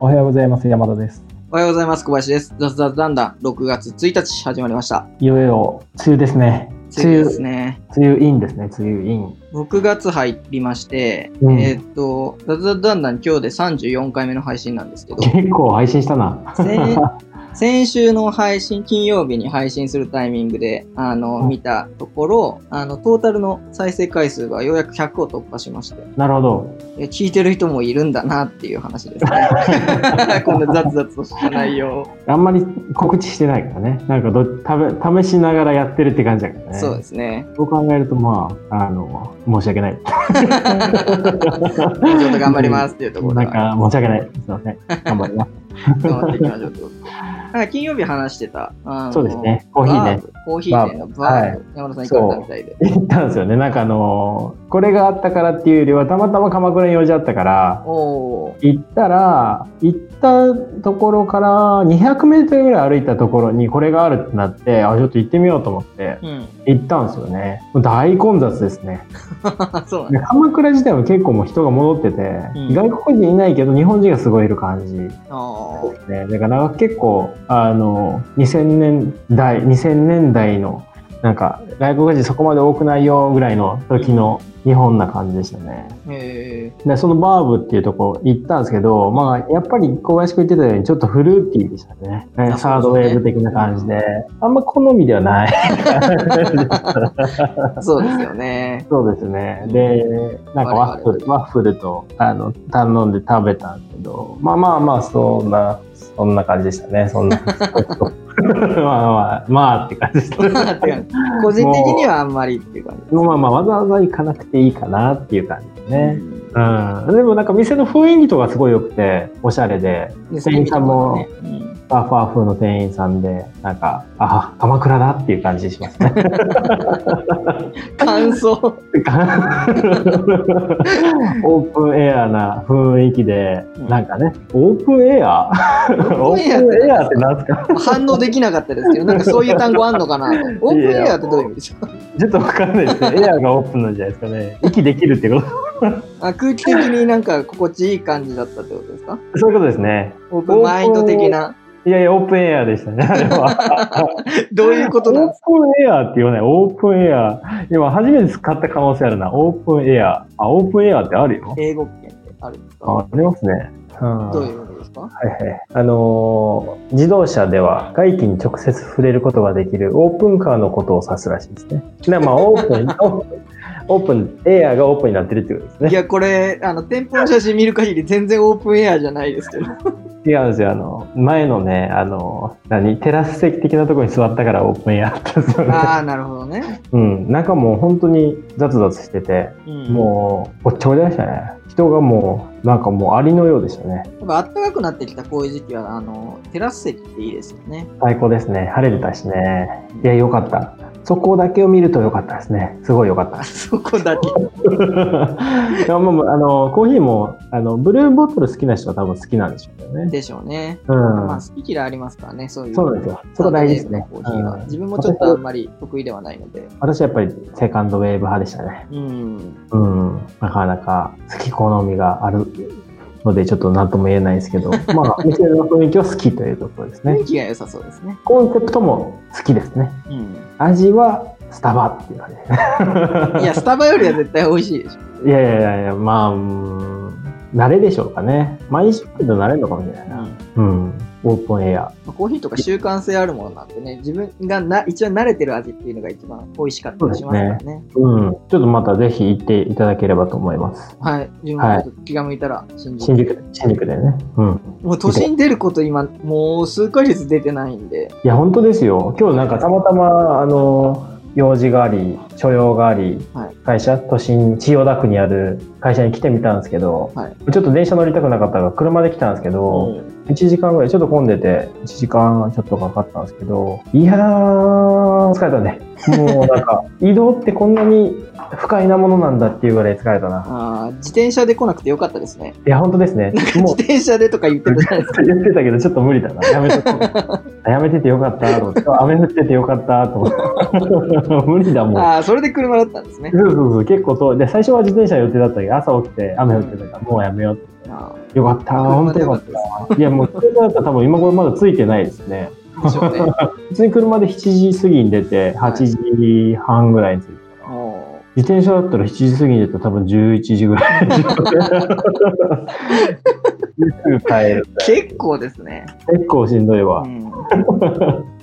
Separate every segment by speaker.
Speaker 1: おはようございます。山田です。
Speaker 2: おはようございます。小林です。雑雑だんだん6月1日始まりました。
Speaker 1: いよいよ、梅雨ですね。
Speaker 2: 梅雨ですね。
Speaker 1: 梅雨、梅雨インですね。梅雨イン。
Speaker 2: 6月入りまして、
Speaker 1: うん
Speaker 2: えーっと、雑雑だんだん今日で34回目の配信なんです けど、
Speaker 1: 結構配信したな。
Speaker 2: 先先週の配信、金曜日に配信するタイミングで、あの、
Speaker 1: うん
Speaker 2: 見たところ、あの、トータルの再生回数がようやく100を突破しまして、
Speaker 1: なるほど。
Speaker 2: え聞いてる人もいるんだなっていう話です ね。こんな雑雑とした内容を。
Speaker 1: あんまり告知してないからね。なんかど、たべ試しながらやってるって感じだからね。
Speaker 2: そうですね。
Speaker 1: そう考えると、まあ、あの、申し訳 ない。
Speaker 2: ちょっと頑張りますっていうところ
Speaker 1: な
Speaker 2: で
Speaker 1: んか、申し訳ない。すいません。頑張ります。
Speaker 2: 頑張っていきましょうってことなんか金曜日話してた、 あの
Speaker 1: そうですね。コーヒーね。。
Speaker 2: バコーヒー店のバーブ、山田さん行かれたみたいで。
Speaker 1: 行ったんですよね。なんかあのーこれがあったからっていうよりは、たまたま鎌倉に用事あったから、
Speaker 2: おおー。
Speaker 1: 行ったら行ったところから200メートルぐらい歩いたところにこれがあるってなってあちょっと行ってみようと思って
Speaker 2: うん。
Speaker 1: 行ったんですよねもう大混雑ですね
Speaker 2: そうなん
Speaker 1: で
Speaker 2: だ。
Speaker 1: 鎌倉自体も結構もう人が戻ってて、
Speaker 2: うん
Speaker 1: 外国人いないけど日本人がすごいいる感じ
Speaker 2: あ
Speaker 1: そうですねだから結構あの2000年代2000年代のなんか外国人そこまで多くないよぐらいの時の日本な感じでしたね
Speaker 2: ーへ
Speaker 1: でそのバーブっていうとこ行ったんですけど、まあ、やっぱり小林君言ってたようにちょっとフルーティーでしたね。ねサードウェーブ的な感じで。あんま好みでは ない。
Speaker 2: え。そうですよね。
Speaker 1: そうですね。で、なんかワッフル、ワッフルと、あの、頼んで食べたんですけど、まあまあまあ、そんな、そんな感じでしたね。そんな。 まあまあ、まあって感じでし
Speaker 2: ま
Speaker 1: た。
Speaker 2: あてか個人的にはあんまりっていう感じ。
Speaker 1: まあまあ、わざわざ行かなくていいかなっていう感じでね。
Speaker 2: うん
Speaker 1: うん。でもなんか店の雰囲気とかすごい良くて、おしゃれで、
Speaker 2: で
Speaker 1: 店員さんも
Speaker 2: そういう意味でねうん
Speaker 1: アファー風の店員さんで、なんか、あ、鎌倉だっていう感じします ね。
Speaker 2: 感想。
Speaker 1: オープンエアな雰囲気で、
Speaker 2: うん
Speaker 1: なんかね、オープンエアオ
Speaker 2: オープン
Speaker 1: ープン
Speaker 2: エア
Speaker 1: エアって何ですか
Speaker 2: 反応できなかったですけど、なんかそういう単語あんの かなと。オープンエアってどういう意味ですか
Speaker 1: ちょっとわかんないですね。エアがオープンなんじゃないですかね。息できるってこと。
Speaker 2: あ空気的になんか心地いい感じだったってことですか
Speaker 1: そういうことですね。
Speaker 2: オープンマインド的な。
Speaker 1: いやいや、オープンエアでしたね、あれは。
Speaker 2: どういうことなんですか
Speaker 1: オープンエアって言わない。オープンエア。今、初めて使った可能性あるな。オープンエア。あ、オープンエアってあるよ。
Speaker 2: 英語圏ってあるんです
Speaker 1: あ
Speaker 2: か
Speaker 1: ありますね。うん
Speaker 2: どういう意味ですか
Speaker 1: はいはい。あのー自動車では外気に直接触れることができるオープンカーのことを指すらしいですね。で まあ、オープン、オープンオープン、エアーがオープンになってるってことです
Speaker 2: い
Speaker 1: ね。
Speaker 2: や、これ、あの、店舗の写真見る限り全然オープンエアじゃな いですけど。
Speaker 1: 違うんですよ。あの、前のね、あの、何、テラス席的なところに座ったからオープンエアだったんですよね。
Speaker 2: ああ、なるほどね。
Speaker 1: うん。中もう本当にザツザツしてて、
Speaker 2: うん、
Speaker 1: もう、おっちょこちょでしたね。人がもう、なんかもうアリのようでしたね。
Speaker 2: やっぱ暖かくなってきたこういう時期は、あの、テラス席っていいですよね。
Speaker 1: 最高ですね。晴れてたしね。いや、よかった。そこだけを見るとよかったですね。すごいよかった
Speaker 2: あ。そこだけ。
Speaker 1: いやまあまああのコーヒーもあのブルーボトル好きな人は多分好きなんでしょうけどね。
Speaker 2: でしょうね。
Speaker 1: うん、
Speaker 2: まあ、好き嫌いありますからね、そういう。
Speaker 1: そうなんですよ。そこ大事ですね。
Speaker 2: コーヒーは
Speaker 1: うん
Speaker 2: 自分もちょっとあんまり得意ではないので。
Speaker 1: 私はやっぱりセカンドウェーブ派でしたね。
Speaker 2: うん。
Speaker 1: うん、なかなか好き好みがあるのでちょっと何とも言えないです けど、まあ店の雰囲気は好きというところです
Speaker 2: 雰
Speaker 1: ね
Speaker 2: 囲。気が良さそうですね。
Speaker 1: コンセプトも好きですね。
Speaker 2: うん。
Speaker 1: 味はスタバっていう感じですね。
Speaker 2: いや、スタバよりは絶対美味しいでしょ。
Speaker 1: いやいやいやいや、まあ、うーん慣れでしょうかね。毎週で慣れるのかもしれないうな。
Speaker 2: ん。
Speaker 1: うん、オープンエア。
Speaker 2: コーヒーとか習慣性あるものなんでね、自分がな一応慣れてる味っていうのが一番美味しかったりしますからね。
Speaker 1: うん、ちょっとまたぜひ行っていただければと思います。
Speaker 2: はい、自分もちょっと気が向いたら新宿、
Speaker 1: 新宿、新宿でね。うん。
Speaker 2: もう都心出ること今、もう数ヶ月出てないんで、
Speaker 1: いや、本当ですよ。今日なんかたまたま、あの、用事があり、所用があり、
Speaker 2: はい
Speaker 1: 会社、都心、千代田区にある会社に来てみたんですけど、
Speaker 2: はい
Speaker 1: ちょっと電車乗りたくなかったから、車で来たんですけど、
Speaker 2: うん
Speaker 1: 1時間ぐらい、ちょっと混んでて、1時間ちょっとかかったんですけど、いやー、疲れたね。もうなん か、移動ってこんなに不快なものなんだっていうぐらい疲れたな。
Speaker 2: あー自転車で来なくてよかったですね。
Speaker 1: いや、本当ですね。
Speaker 2: 自転車でとか言ってたじゃないですか。
Speaker 1: 言ってたけど、ちょっと無理だな。やめとこう。やめててよかったと思って、雨降っててよかったと思 って、無理だもん。
Speaker 2: ああ、それで車だったんですね。
Speaker 1: そうそうそう、結構そう。で、最初は自転車予定だったけど、朝起きて雨降ってたから、もうやめようって。
Speaker 2: あ
Speaker 1: よかった、本当よかっ
Speaker 2: 車でよ
Speaker 1: た。いや、もう、車だったら多分今頃まだついてないですね。
Speaker 2: あでしょうね。
Speaker 1: 普通に車で7時過ぎに出て、8時半ぐらいに着いたから。
Speaker 2: も
Speaker 1: 自転車だったら7時過ぎに出たら多分11時ぐらい にすぐ帰る。
Speaker 2: う結構ですね。
Speaker 1: 結構しんどいうわ。
Speaker 2: ん、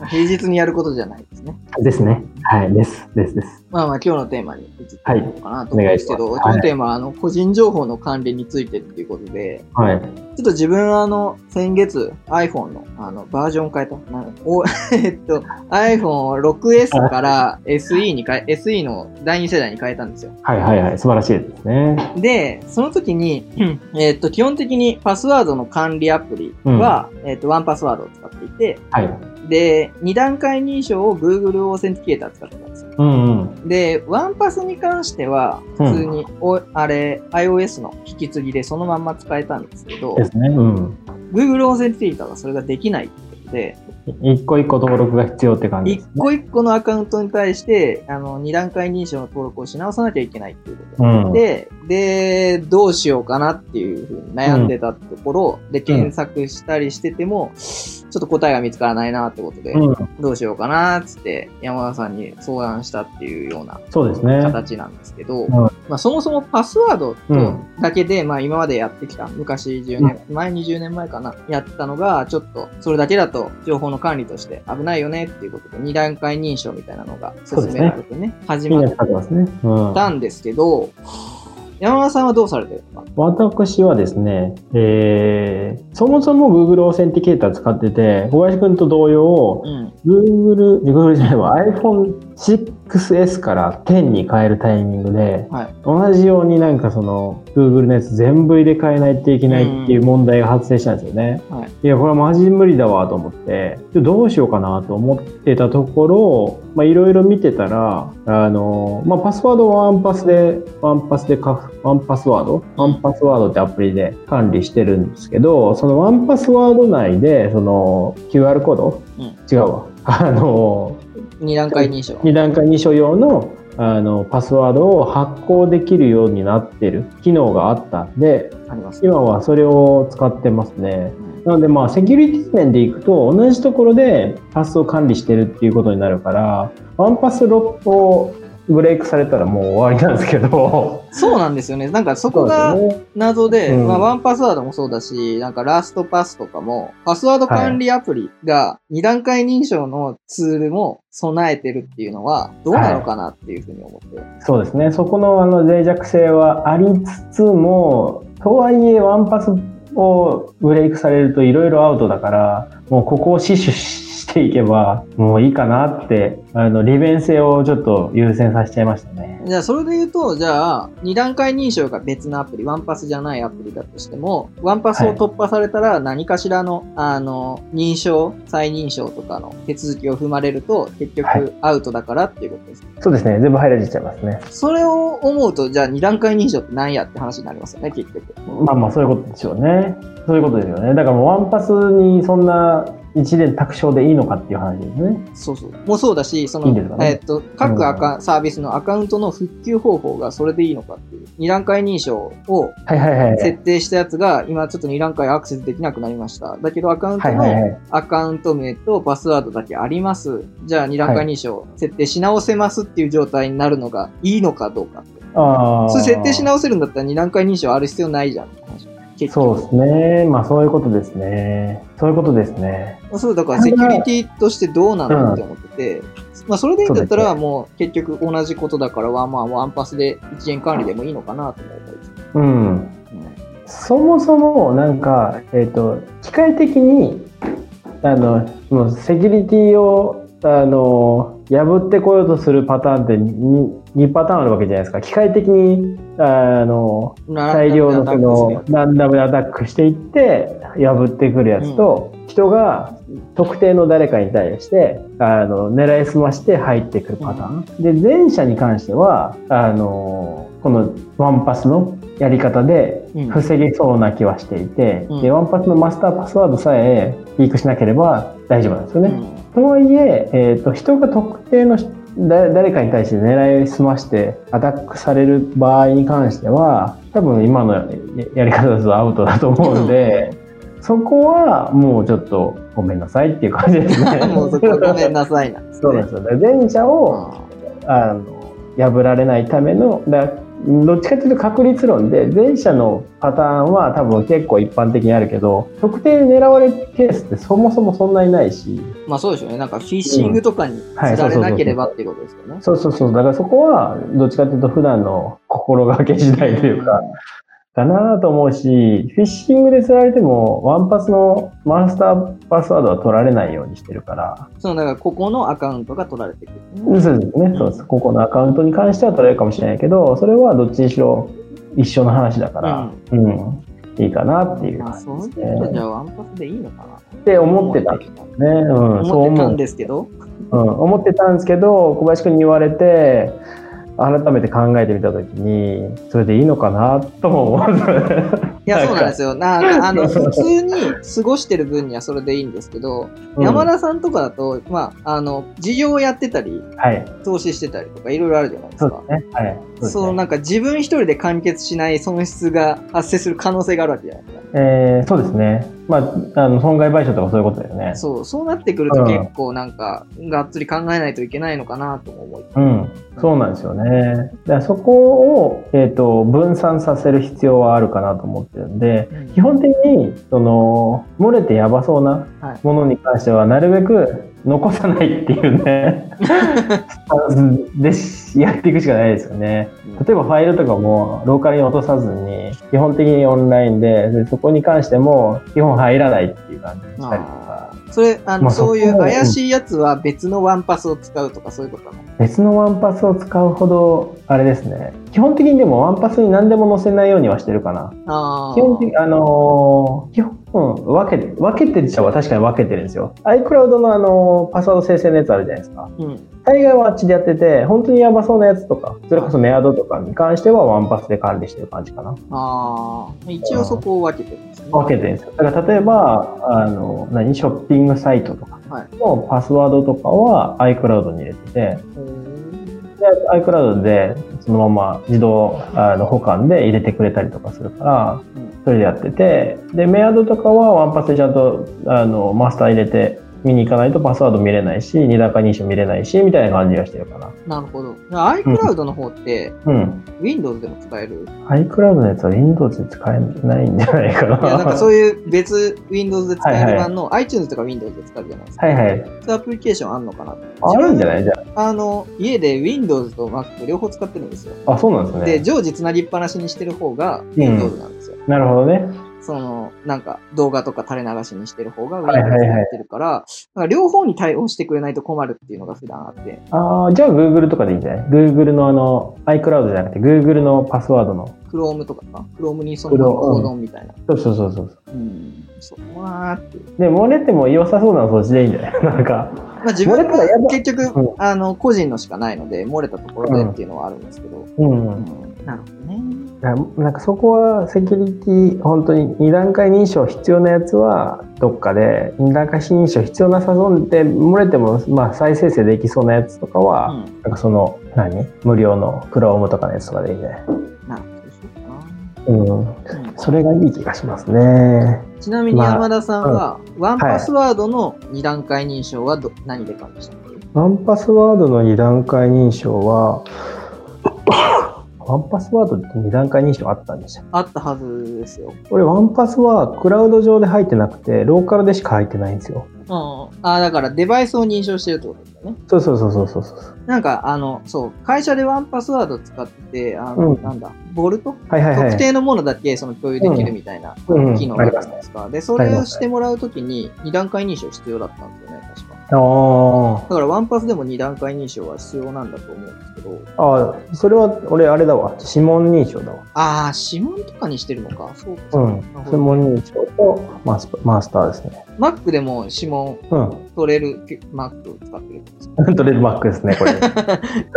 Speaker 2: 平日にやることじゃないですね。
Speaker 1: ですね。はい、です。ですです。
Speaker 2: まあまあ今日のテーマに移っていこうかなと思うんですけど、
Speaker 1: はいお願いします
Speaker 2: 今日のテーマはあの個人情報の管理についてっていうことで、
Speaker 1: はい。
Speaker 2: ちょっと自分あの、先月 iPhone のあのバージョン変えた。なお えっと、iPhone6S から SE に変え、SE の第2世代に変えたんですよ。
Speaker 1: はいはいはい。素晴らしいですね。
Speaker 2: で、その時に、えっと、基本的にパスワードの管理アプリは、えっと、ワンパスワードを使っていて、
Speaker 1: はい。
Speaker 2: で、2段階認証を Google オーセンティケーター使ってたんですよ。
Speaker 1: うんうん。
Speaker 2: で、ワンパスに関しては、普通に、おあれ、iOS の引き継ぎでそのまんま使えたんですけど、
Speaker 1: ですね。うん。
Speaker 2: Google オーセンティケーターがそれができないってことで、
Speaker 1: 一個一個登録が必要って感じで
Speaker 2: 一
Speaker 1: すね。
Speaker 2: 個一個のアカウントに対して、あの、二段階認証の登録をし直さなきゃいけないっていうこと
Speaker 1: うん。
Speaker 2: で、で、どうしようかなっていうふうに悩んでたところ、で、検索したりしてても、ちょっと答えが見つからないなってことで、
Speaker 1: うん。
Speaker 2: どうしようかなっつって、山田さんに相談したっていうような
Speaker 1: そうですね。
Speaker 2: 形なんですけど、
Speaker 1: ん
Speaker 2: まあ、そもそもパスワード
Speaker 1: うん
Speaker 2: とだけで、まあ、今までやってきた昔10年前20年前かなやってたのがちょっとそれだけだと情報の管理として危ないよねっていうことで2段階認証みたいなのが進められてね始
Speaker 1: みん
Speaker 2: ま
Speaker 1: な
Speaker 2: っ
Speaker 1: 使ってますね。うん。
Speaker 2: たんですけど山田さんはどうされてるのか
Speaker 1: 私はですね、えー、そもそも Google オーセンティケーター使ってて、小林くんと同様、
Speaker 2: うん、
Speaker 1: Google、Google じゃないわ、iPhone6S から10に変えるタイミングで、
Speaker 2: はい
Speaker 1: 同じようになんかその Google のやつ全部入れ替えないといけないっていう問題が発生したんですよね。
Speaker 2: はい
Speaker 1: いや、これはマジ無理だわと思って、でどうしようかなと思ってたところ、まあいろいろ見てたら、あの、まあパスワードはワンパスで、ワンパスでか、ワンパスワードワンパスワードってアプリで管理してるんですけど、そのワンパスワード内で、その QR コード、
Speaker 2: うん
Speaker 1: 違うわ。あの、
Speaker 2: 2段階認証
Speaker 1: 2段階認証用のあのパスワードを発行できるようになってる機能があったんで
Speaker 2: あります、
Speaker 1: 今はそれを使ってますね
Speaker 2: うん
Speaker 1: なのでまあセキュリティ面でいくと同じところでパスを管理してるっていうことになるからワンパスロックをブレイクされたらもう終わりなんですけど
Speaker 2: そうなんですよねなんかそ
Speaker 1: そ
Speaker 2: こ
Speaker 1: うです
Speaker 2: が
Speaker 1: ね
Speaker 2: 謎で、
Speaker 1: うん
Speaker 2: まあ、ワンパスワードもそうだし、なんかラストパスとかも、パスワード管理アプリが2段階認証のツールも備えてるっていうのは、どうなのかなっていうふうに思って。
Speaker 1: そうですね、そこのあの脆弱性はありつつも、とはいえ、ワンパスをブレイクされるといろいろアウトだから、もうここを死守していけば、もういいかなって、あの利便性をちょっと優先させちゃいましたね。
Speaker 2: じゃあ、それで言うと、じゃあ、2段階認証が別のアプリ、ワンパスじゃないアプリだとしても、ワンパスを突破されたら何かしらの、あの、認証、再認証とかの手続きを踏まれると、結
Speaker 1: は
Speaker 2: 局アウトだからっていうことです。
Speaker 1: そうですね、全部入られちゃいますね。
Speaker 2: それを思うと、じゃあ2段階認証って何やって話になりますよね、結局。
Speaker 1: まあまあ、そういうことでしょうね。そういうことですよね。だからもうワンパスにそんな一連卓勝でいいのかっていう話ですね。
Speaker 2: そうそう。もうそうだし、その、
Speaker 1: いいんですかね
Speaker 2: えーっと、各アカ、サービスのアカウントの復旧方法がそれでいいのかっていう。二段階認証を
Speaker 1: はいはいはい。
Speaker 2: 設定したやつが、今ちょっと二段階アクセスできなくなりました。だけどアカウント
Speaker 1: はいはい
Speaker 2: の
Speaker 1: はい。
Speaker 2: アカウント名とパスワードだけあります。じゃあ二段階認証設定し直せますっていう状態になるのがいいのかどうかって。
Speaker 1: あー
Speaker 2: それ設定し直せるんだったら二段階認証ある必要ないじゃんって話。結局
Speaker 1: そうですね。まあそういうことですね。そういうことですね。
Speaker 2: そう、だからセキュリティとしてどうなのって思ってて、まあそれでいいんだった
Speaker 1: そう
Speaker 2: らもう結局同じことだからはまあワンパスで一元管理でもいいのかなと思ったりする
Speaker 1: うん。
Speaker 2: うん
Speaker 1: そもそもなんか、えっと機械的にあのもうセキュリティをあの破ってこようとするパターンって 2, パターンあるわけじゃないですか機械的にあの大量のそのランダムでアタックしていって破ってくるやつと、人が特定の誰かに対してあの狙いすまして入ってくるパターン、で前者に関してはあのこのワンパスのやり方で
Speaker 2: うん
Speaker 1: 防げそうな気はしていて、
Speaker 2: うん
Speaker 1: でワンパスのマスターパスワードさえリークしなければ大丈夫なんですよね。
Speaker 2: うん。
Speaker 1: とはいええーと人が特定の人だ誰かに対して狙いを済ましてアタックされる場合に関しては多分今のややり方だとアウトだと思うんでそこはもうちょっとごめんなさいっていう感じですね
Speaker 2: もうそこごめんなさいなんですね。
Speaker 1: そうなんですよね。前者をあの破られないためのだどっちかというと確率論で前者のパターンは多分結構一般的にあるけど特定狙われるケースってそもそもそんなにないし
Speaker 2: うんまあそうでしょうね。なんかフィッシングとかに釣られなければっていうことですよね。
Speaker 1: そうそうそうだからそこはどっちかというと普段の心がけ次第というかだなぁと思うしフィッシングで釣られてもワンパスのマスターパスワードは取られないようにしてるから
Speaker 2: そのなんかここのアカウントが取られてくる。
Speaker 1: そうですね、そうです。個々のアカウントに関しては取れるかもしれないけど、それはどっちにしろ一緒の話だから、うん、いいかなっていう
Speaker 2: まあ、
Speaker 1: 感
Speaker 2: そういう
Speaker 1: じ
Speaker 2: こ
Speaker 1: です
Speaker 2: とじ
Speaker 1: ね。
Speaker 2: ゃあワンパスでいいのかなっ
Speaker 1: って思ってたんで
Speaker 2: けど
Speaker 1: すね。うん、そう
Speaker 2: 思ってた
Speaker 1: 思
Speaker 2: ん
Speaker 1: う、
Speaker 2: ですけど、
Speaker 1: うん。思ってたんですけど、小林くんに言われて、改めて考えてみたときに、それでいいのかなとも思う。
Speaker 2: いや、
Speaker 1: なんか
Speaker 2: そうなんですよ。なん かあの、普通に過ごしてる分にはそれでいいんですけど、 山田さんとかだと、まあ、あの、事業をやってたり、
Speaker 1: うんはい、
Speaker 2: 投資してたりとか、いろいろあるじゃないです
Speaker 1: そ
Speaker 2: か。
Speaker 1: うですね。はい、そうです
Speaker 2: そう、
Speaker 1: ね。
Speaker 2: なんか自分一人で完結しない損失が発生する可能性があるわけじゃないですか。
Speaker 1: えーそうですね。まあ、あの損害賠償とかそういうことだよね。
Speaker 2: そう、そうなってくると
Speaker 1: うん
Speaker 2: 結構なんか、がっつり考えないといけないのかなとも思い。
Speaker 1: うん、そうなんですよね。だからそこを、えー、と分散させる必要はあるかなと思ってるんで、基本的にその漏れてやばそうな
Speaker 2: はい
Speaker 1: ものに関してはなるべく残さないっていうねスタンスでしやっていくしかないですよね。例えばファイルとかもローカルに落とさずに基本的にオンラインででそこに関しても基本入らないっていう感じにしたりとか。
Speaker 2: それ、あの、
Speaker 1: まあ
Speaker 2: そういう
Speaker 1: そこも
Speaker 2: 怪しいやつは別のワンパスを使うとかそういうことなの
Speaker 1: 別のワンパスを使うほどあれですね基本的にでもワンパスに何でも載せないようにはしてるかな
Speaker 2: あー
Speaker 1: 基本的にあのー基本分けて分けてるっちゃは確かに分けてるんですよ iCloud のあのーパスワード生成のやつあるじゃないですか
Speaker 2: うん。
Speaker 1: 大概はあっちでやってて本当にヤバそうなやつとかそれこそメアドとかに関してはワンパスで管理してる感じかな
Speaker 2: ああ。一応そこを分けてるんですね。
Speaker 1: 分けてるんですよだから例えばあの何ショッピングサイトとかのパスワードとかは iCloud に入れてて
Speaker 2: へー
Speaker 1: で iCloud でそのまま自動あの保管で入れてくれたりとかするから
Speaker 2: うん
Speaker 1: それでやっててでメアドとかはワンパスでちゃんとあのマスター入れて見に行かないとパスワード見れないし二段階認証見れないしみたいな感じがしてるかな
Speaker 2: なるほど。iCloud の方って、
Speaker 1: うん
Speaker 2: Windows でも使える
Speaker 1: iCloud のやつは Windows で使えないんじゃないかない
Speaker 2: や、なんかそう
Speaker 1: いう
Speaker 2: いう別 Windows で使え
Speaker 1: はい
Speaker 2: る
Speaker 1: はい
Speaker 2: 版の iTunes とか Windows で使うじゃないです か。
Speaker 1: はいはい
Speaker 2: そういうアプリケーションあんのかなって
Speaker 1: あるんじゃないじゃ
Speaker 2: あの、家で Windows と Mac 両方使ってるんですよ。
Speaker 1: ああそうなんですね
Speaker 2: で、常時つなぎっぱなしにしてる方が Windows なんですよ。
Speaker 1: なるほどね
Speaker 2: その、なんか動画とか垂れ流しにしてる方が
Speaker 1: は
Speaker 2: Windows
Speaker 1: いはいはい
Speaker 2: になってるから、なんか両方に対応してくれないと困るっていうのが普段あって。
Speaker 1: ああじゃあ Google とかでいいんじゃない Google のあの iCloud じゃなくて Google のパスワードの
Speaker 2: Chrome とかか。Chrome にそのま
Speaker 1: Chrome
Speaker 2: ま
Speaker 1: うん
Speaker 2: 保存みたいな。
Speaker 1: そうそうそうそう
Speaker 2: うん。そうわーって。
Speaker 1: で漏れても良さそうなのそっちでいいんじゃないなんか
Speaker 2: まあ自分
Speaker 1: 漏れたらや
Speaker 2: は
Speaker 1: だ
Speaker 2: 結局、
Speaker 1: う
Speaker 2: あの、個人のしかないので、漏れたところでっていうのはあるんですけ ど。
Speaker 1: うん、うん
Speaker 2: うんなるほどね。
Speaker 1: ななんかそこはセキュリティ本当に2段階認証必要なやつはどっかで2段階認証必要なさそうで漏れてもまあ再生成できそうなやつとかは、
Speaker 2: うん。
Speaker 1: なんかその何無料の Chrome とかのやつとかでいいね、
Speaker 2: なるほど。そうか
Speaker 1: うん、
Speaker 2: な。うん
Speaker 1: それがいい気がしますね
Speaker 2: ちなみに
Speaker 1: まあ
Speaker 2: 山田さんは、ワンパスワードの2段階認証はど、何で感じたの
Speaker 1: ワンパスワードの2段階認証はワンパスワードって2段階認証あったんですよ
Speaker 2: あったはずですよ。
Speaker 1: 俺ワンパスはクラウド上で入ってなくてローカルでしか入ってないんですよ
Speaker 2: うん。ああ、だからデバイスを認証してるってことですよね。
Speaker 1: そうそうそうそうそうそう
Speaker 2: なんか、あの、そう、会社でワンパスワード使ってて、あの、
Speaker 1: うん
Speaker 2: なんだ、ボルト
Speaker 1: はいはいはい
Speaker 2: 特定のものだけその共有できるみたいな
Speaker 1: うん
Speaker 2: 機能があるじゃないですか。で、それをしてもらうときに2段階認証必要だったんですよね、確か。
Speaker 1: あ
Speaker 2: だからワンパスでも2段階認証は必要なんだと思うんですけど、
Speaker 1: あああそれは俺あれだわ指紋認証だわ
Speaker 2: ああ、指紋とかにしてるのか。そうか。
Speaker 1: うん
Speaker 2: なるほ
Speaker 1: 指
Speaker 2: ど
Speaker 1: 紋認証とマスマスターですね
Speaker 2: Mac でも指紋
Speaker 1: う
Speaker 2: 取れる Mac を使ってるんですか
Speaker 1: ん取れるマックです ねこれあ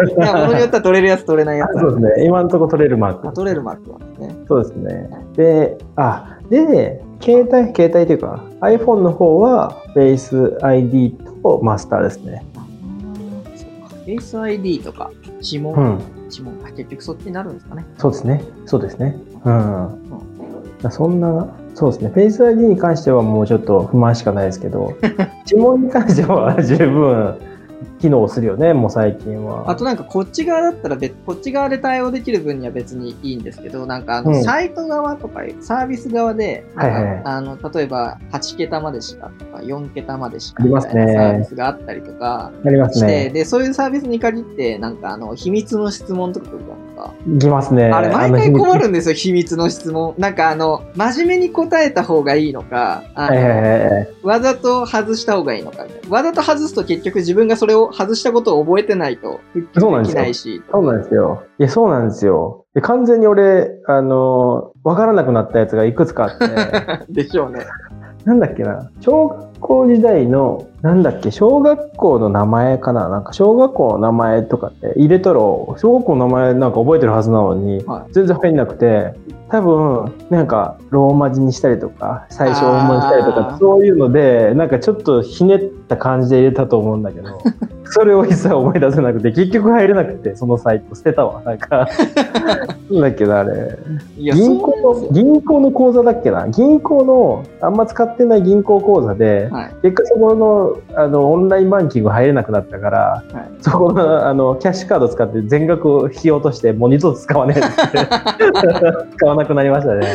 Speaker 2: いや、ものによっては取れるやつ取れないやつ あ
Speaker 1: そうですね今のところ取れるマッ
Speaker 2: あ
Speaker 1: ク
Speaker 2: 取れる Mac なんですね。
Speaker 1: そうですねであで携帯、携帯というか iPhone の方は Face ID とマスターですね。
Speaker 2: あーそうか。フェイス ID とか指
Speaker 1: う
Speaker 2: 紋、
Speaker 1: ん。
Speaker 2: 指紋あ結局そっちになるんですかね。
Speaker 1: そうですね。そうですね。う。
Speaker 2: うんん
Speaker 1: そんな、そうですね。Face ID に関してはもうちょっと不満しかないですけ ど、指紋に関しては 十分機能するよね、もう最近は。
Speaker 2: あとなんかこっち側だったら別、こっち側で対応できる分には別にいいんですけど、なんかあの、
Speaker 1: うん
Speaker 2: サイト側とかいうサービス側で、
Speaker 1: はいはいはい
Speaker 2: あの、例えば8桁までしかとか4桁までし
Speaker 1: あ
Speaker 2: か
Speaker 1: り
Speaker 2: み
Speaker 1: ま
Speaker 2: た
Speaker 1: す
Speaker 2: い
Speaker 1: ね
Speaker 2: なサービスがあったりとか
Speaker 1: あります
Speaker 2: して、
Speaker 1: ね。
Speaker 2: で、そういうサービスに限って、なんかあの、秘密の質問とか来るじゃないですか。
Speaker 1: いきますね。
Speaker 2: あれ、毎回
Speaker 1: の
Speaker 2: 困るんですよ、秘密の質問。なんかあの、真面目に答えた方がいいのか、あ
Speaker 1: は
Speaker 2: の
Speaker 1: いはいはいはい。
Speaker 2: わざと外した方がいいのかみたいな。わざと外すと結局自分がそれを外したことを覚えてないと復
Speaker 1: そうなん
Speaker 2: 帰
Speaker 1: で
Speaker 2: ですき
Speaker 1: よ
Speaker 2: ないし。
Speaker 1: そうなんですよ。いや、そうなんですよ。で完全に俺、あの、わからなくなったやつがいくつかあって、
Speaker 2: でしょうね。
Speaker 1: なんだっけな、小学校時代の、なんだっけ、小学校の名前かななんか小学校の名前とかって入れたら、小学校の名前なんか覚えてるはずなのに、
Speaker 2: は
Speaker 1: 全然入んなくて、多分、なんか、ローマ字にしたりとか、最初大文字したりと
Speaker 2: あ
Speaker 1: か
Speaker 2: ー、
Speaker 1: そういうので、なんかちょっとひねった感じで入れたと思うんだけ ど、それを一切思い出せなくて、結局入れなくて、そのサイト捨てたわ。なん か、なんだっけな、あれ。
Speaker 2: いや、
Speaker 1: 銀
Speaker 2: そうなん
Speaker 1: 行
Speaker 2: で
Speaker 1: の、銀行の口座だっけな銀行の、あんま使ってない銀行口座で、
Speaker 2: すよ。はい。
Speaker 1: 結果そこの、あの、オンラインバンキング入れなくなったから、そこの、あの、キャッシュカード使って全額を引き落として、もう二度と 使わねえって、使わなくなりましたね。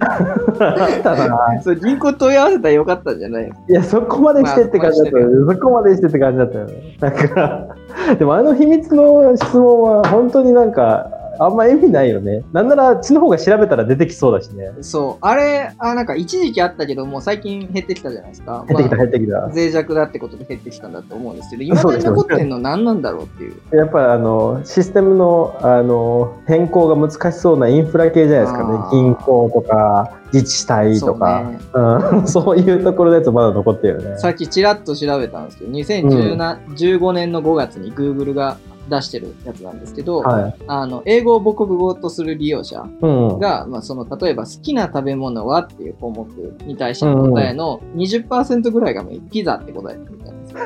Speaker 1: ただ、
Speaker 2: はい、そう銀行問い合わせたらよかったんじゃない
Speaker 1: いや、そこまでしてって感じだったよね、そこまでしてって感じだったよね。だから、でもあの秘密の質問は本当になんか、あんま意味ないよね。なんならあっちの方が調べたら出てきそうだしね。
Speaker 2: そう。あれ、あ、なんか一時期あったけど、もう最近減ってきたじゃないですか。
Speaker 1: 減ってきた、
Speaker 2: ま
Speaker 1: 減ってき
Speaker 2: あ
Speaker 1: た。
Speaker 2: 脆弱だってことで減ってきたんだと思うんですけど、今
Speaker 1: そう
Speaker 2: ま
Speaker 1: で
Speaker 2: です
Speaker 1: よ
Speaker 2: 残ってんの何なんだろうっていう。
Speaker 1: やっぱあのシステムのあの変更が難しそうなインフラ系じゃないです
Speaker 2: あー
Speaker 1: かね銀行とか自治体と
Speaker 2: そう
Speaker 1: か
Speaker 2: ね
Speaker 1: そう,、ん、 そういうところのやつまだ残ってるよね
Speaker 2: さっきちらっと調べたんですけど、2015年の5月に Google が出してるやつなんですけど、
Speaker 1: はい
Speaker 2: あの英語を母国語とする利用者
Speaker 1: うん
Speaker 2: が、まあ、その例えば好きな食べ物はっていう項目に対しての答えの20%ぐらいがもうピザって答えてるみたいなんですよ。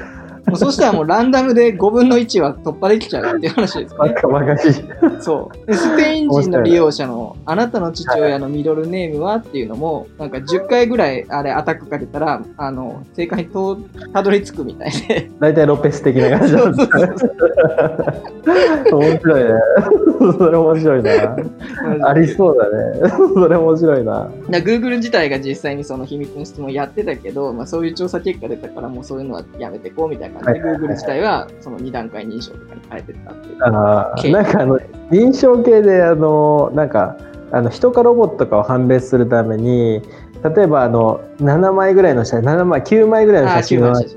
Speaker 2: もうそしたらもうランダムで5分の1は突破できちゃうっていう話ですよ
Speaker 1: バ
Speaker 2: ね。
Speaker 1: カバカしい
Speaker 2: そう。でスペイン人の利用者のあなたの父親のミドルネームはっていうのも、なんか10回ぐらいあれアタックかけたら、あの、正解にとたどり着くみたいで。
Speaker 1: 大体ロペス的な感じ だったね面白いねそれ面白いなありそうだねそれ面白いな
Speaker 2: な Google 自体が実際にその秘密の質問やってたけど、まあ、そういう調査結果出たからもうそういうのはやめてこうみたいな感じで
Speaker 1: はいはいはい
Speaker 2: Google 自体はその2段階認証とかに変えてったっていう
Speaker 1: あ
Speaker 2: 経
Speaker 1: ー
Speaker 2: 緯
Speaker 1: なんかあの臨床系であのなんかあの人かロボットかを判別するために例えばあの7枚ぐらいの写真7枚9枚ぐらいの
Speaker 2: ああ
Speaker 1: 写真の
Speaker 2: 中盤
Speaker 1: 写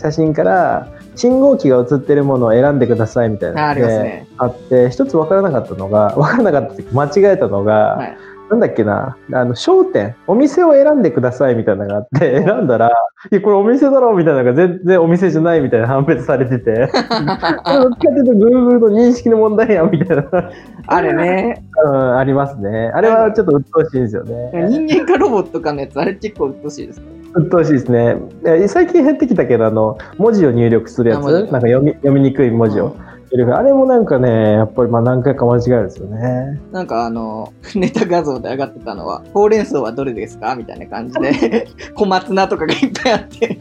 Speaker 2: 写真ね
Speaker 1: 真から信号機が写ってるものを選んでくださいみたい
Speaker 2: あ
Speaker 1: なの
Speaker 2: ありますね
Speaker 1: あって一つ分からなかったのが分からなかったっていうか間違えたのが、
Speaker 2: はい
Speaker 1: なんだっけなあの商店お店を選んでくださいみたいなのがあって選んだら「いやこれお店だろ」みたいなのが全然お店じゃないみたいな判別されててこれどっちかっていうと Google の認識の問題やみたいな。
Speaker 2: あれね
Speaker 1: うん、ありますね。あれはちょっと鬱陶しいですよね。
Speaker 2: 人間かロボットかのやつあれ結構うっとしいですね
Speaker 1: 鬱陶しいですね。え最近減ってきたけど、あの、文字を入力するや
Speaker 2: あ
Speaker 1: つ、
Speaker 2: 文字
Speaker 1: なんか読み読みにくい文字を入力。あれもなんかね、やっぱりまあ何回か間違えるんですよね。
Speaker 2: なんかあのネタ画像で上がってたのはほうれん草はどれですかみたいな感じ で小松菜とかがいっぱいあって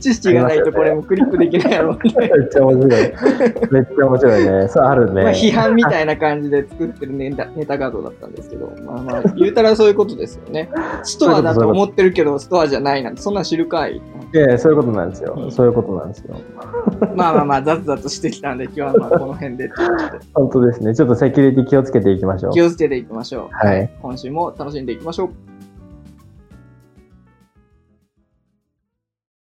Speaker 2: 知識がないとこれもクリックできないやろうみた
Speaker 1: め
Speaker 2: い
Speaker 1: っ
Speaker 2: な
Speaker 1: ちゃ面白い。めっちゃ面白いね。そうあるね。
Speaker 2: まあ、批判みたいな感じで作ってるネタネタ画像だったんですけど、まあまあ、言うたらそういうことですよね。ストアだと思ってるけど、ストアじゃないなんて、そんなん知るかい。
Speaker 1: でそういうことなんです
Speaker 2: う
Speaker 1: よ。
Speaker 2: ん
Speaker 1: そういうことなんですよ。
Speaker 2: まあまあまあ、雑々してきたんで、今日はまあこの辺でっていうことで
Speaker 1: 本当ですね。ちょっとセキュリティ気をつけていきましょう。
Speaker 2: 気をつけていきましょう。
Speaker 1: はい。
Speaker 2: 今週も楽しんでいきましょう。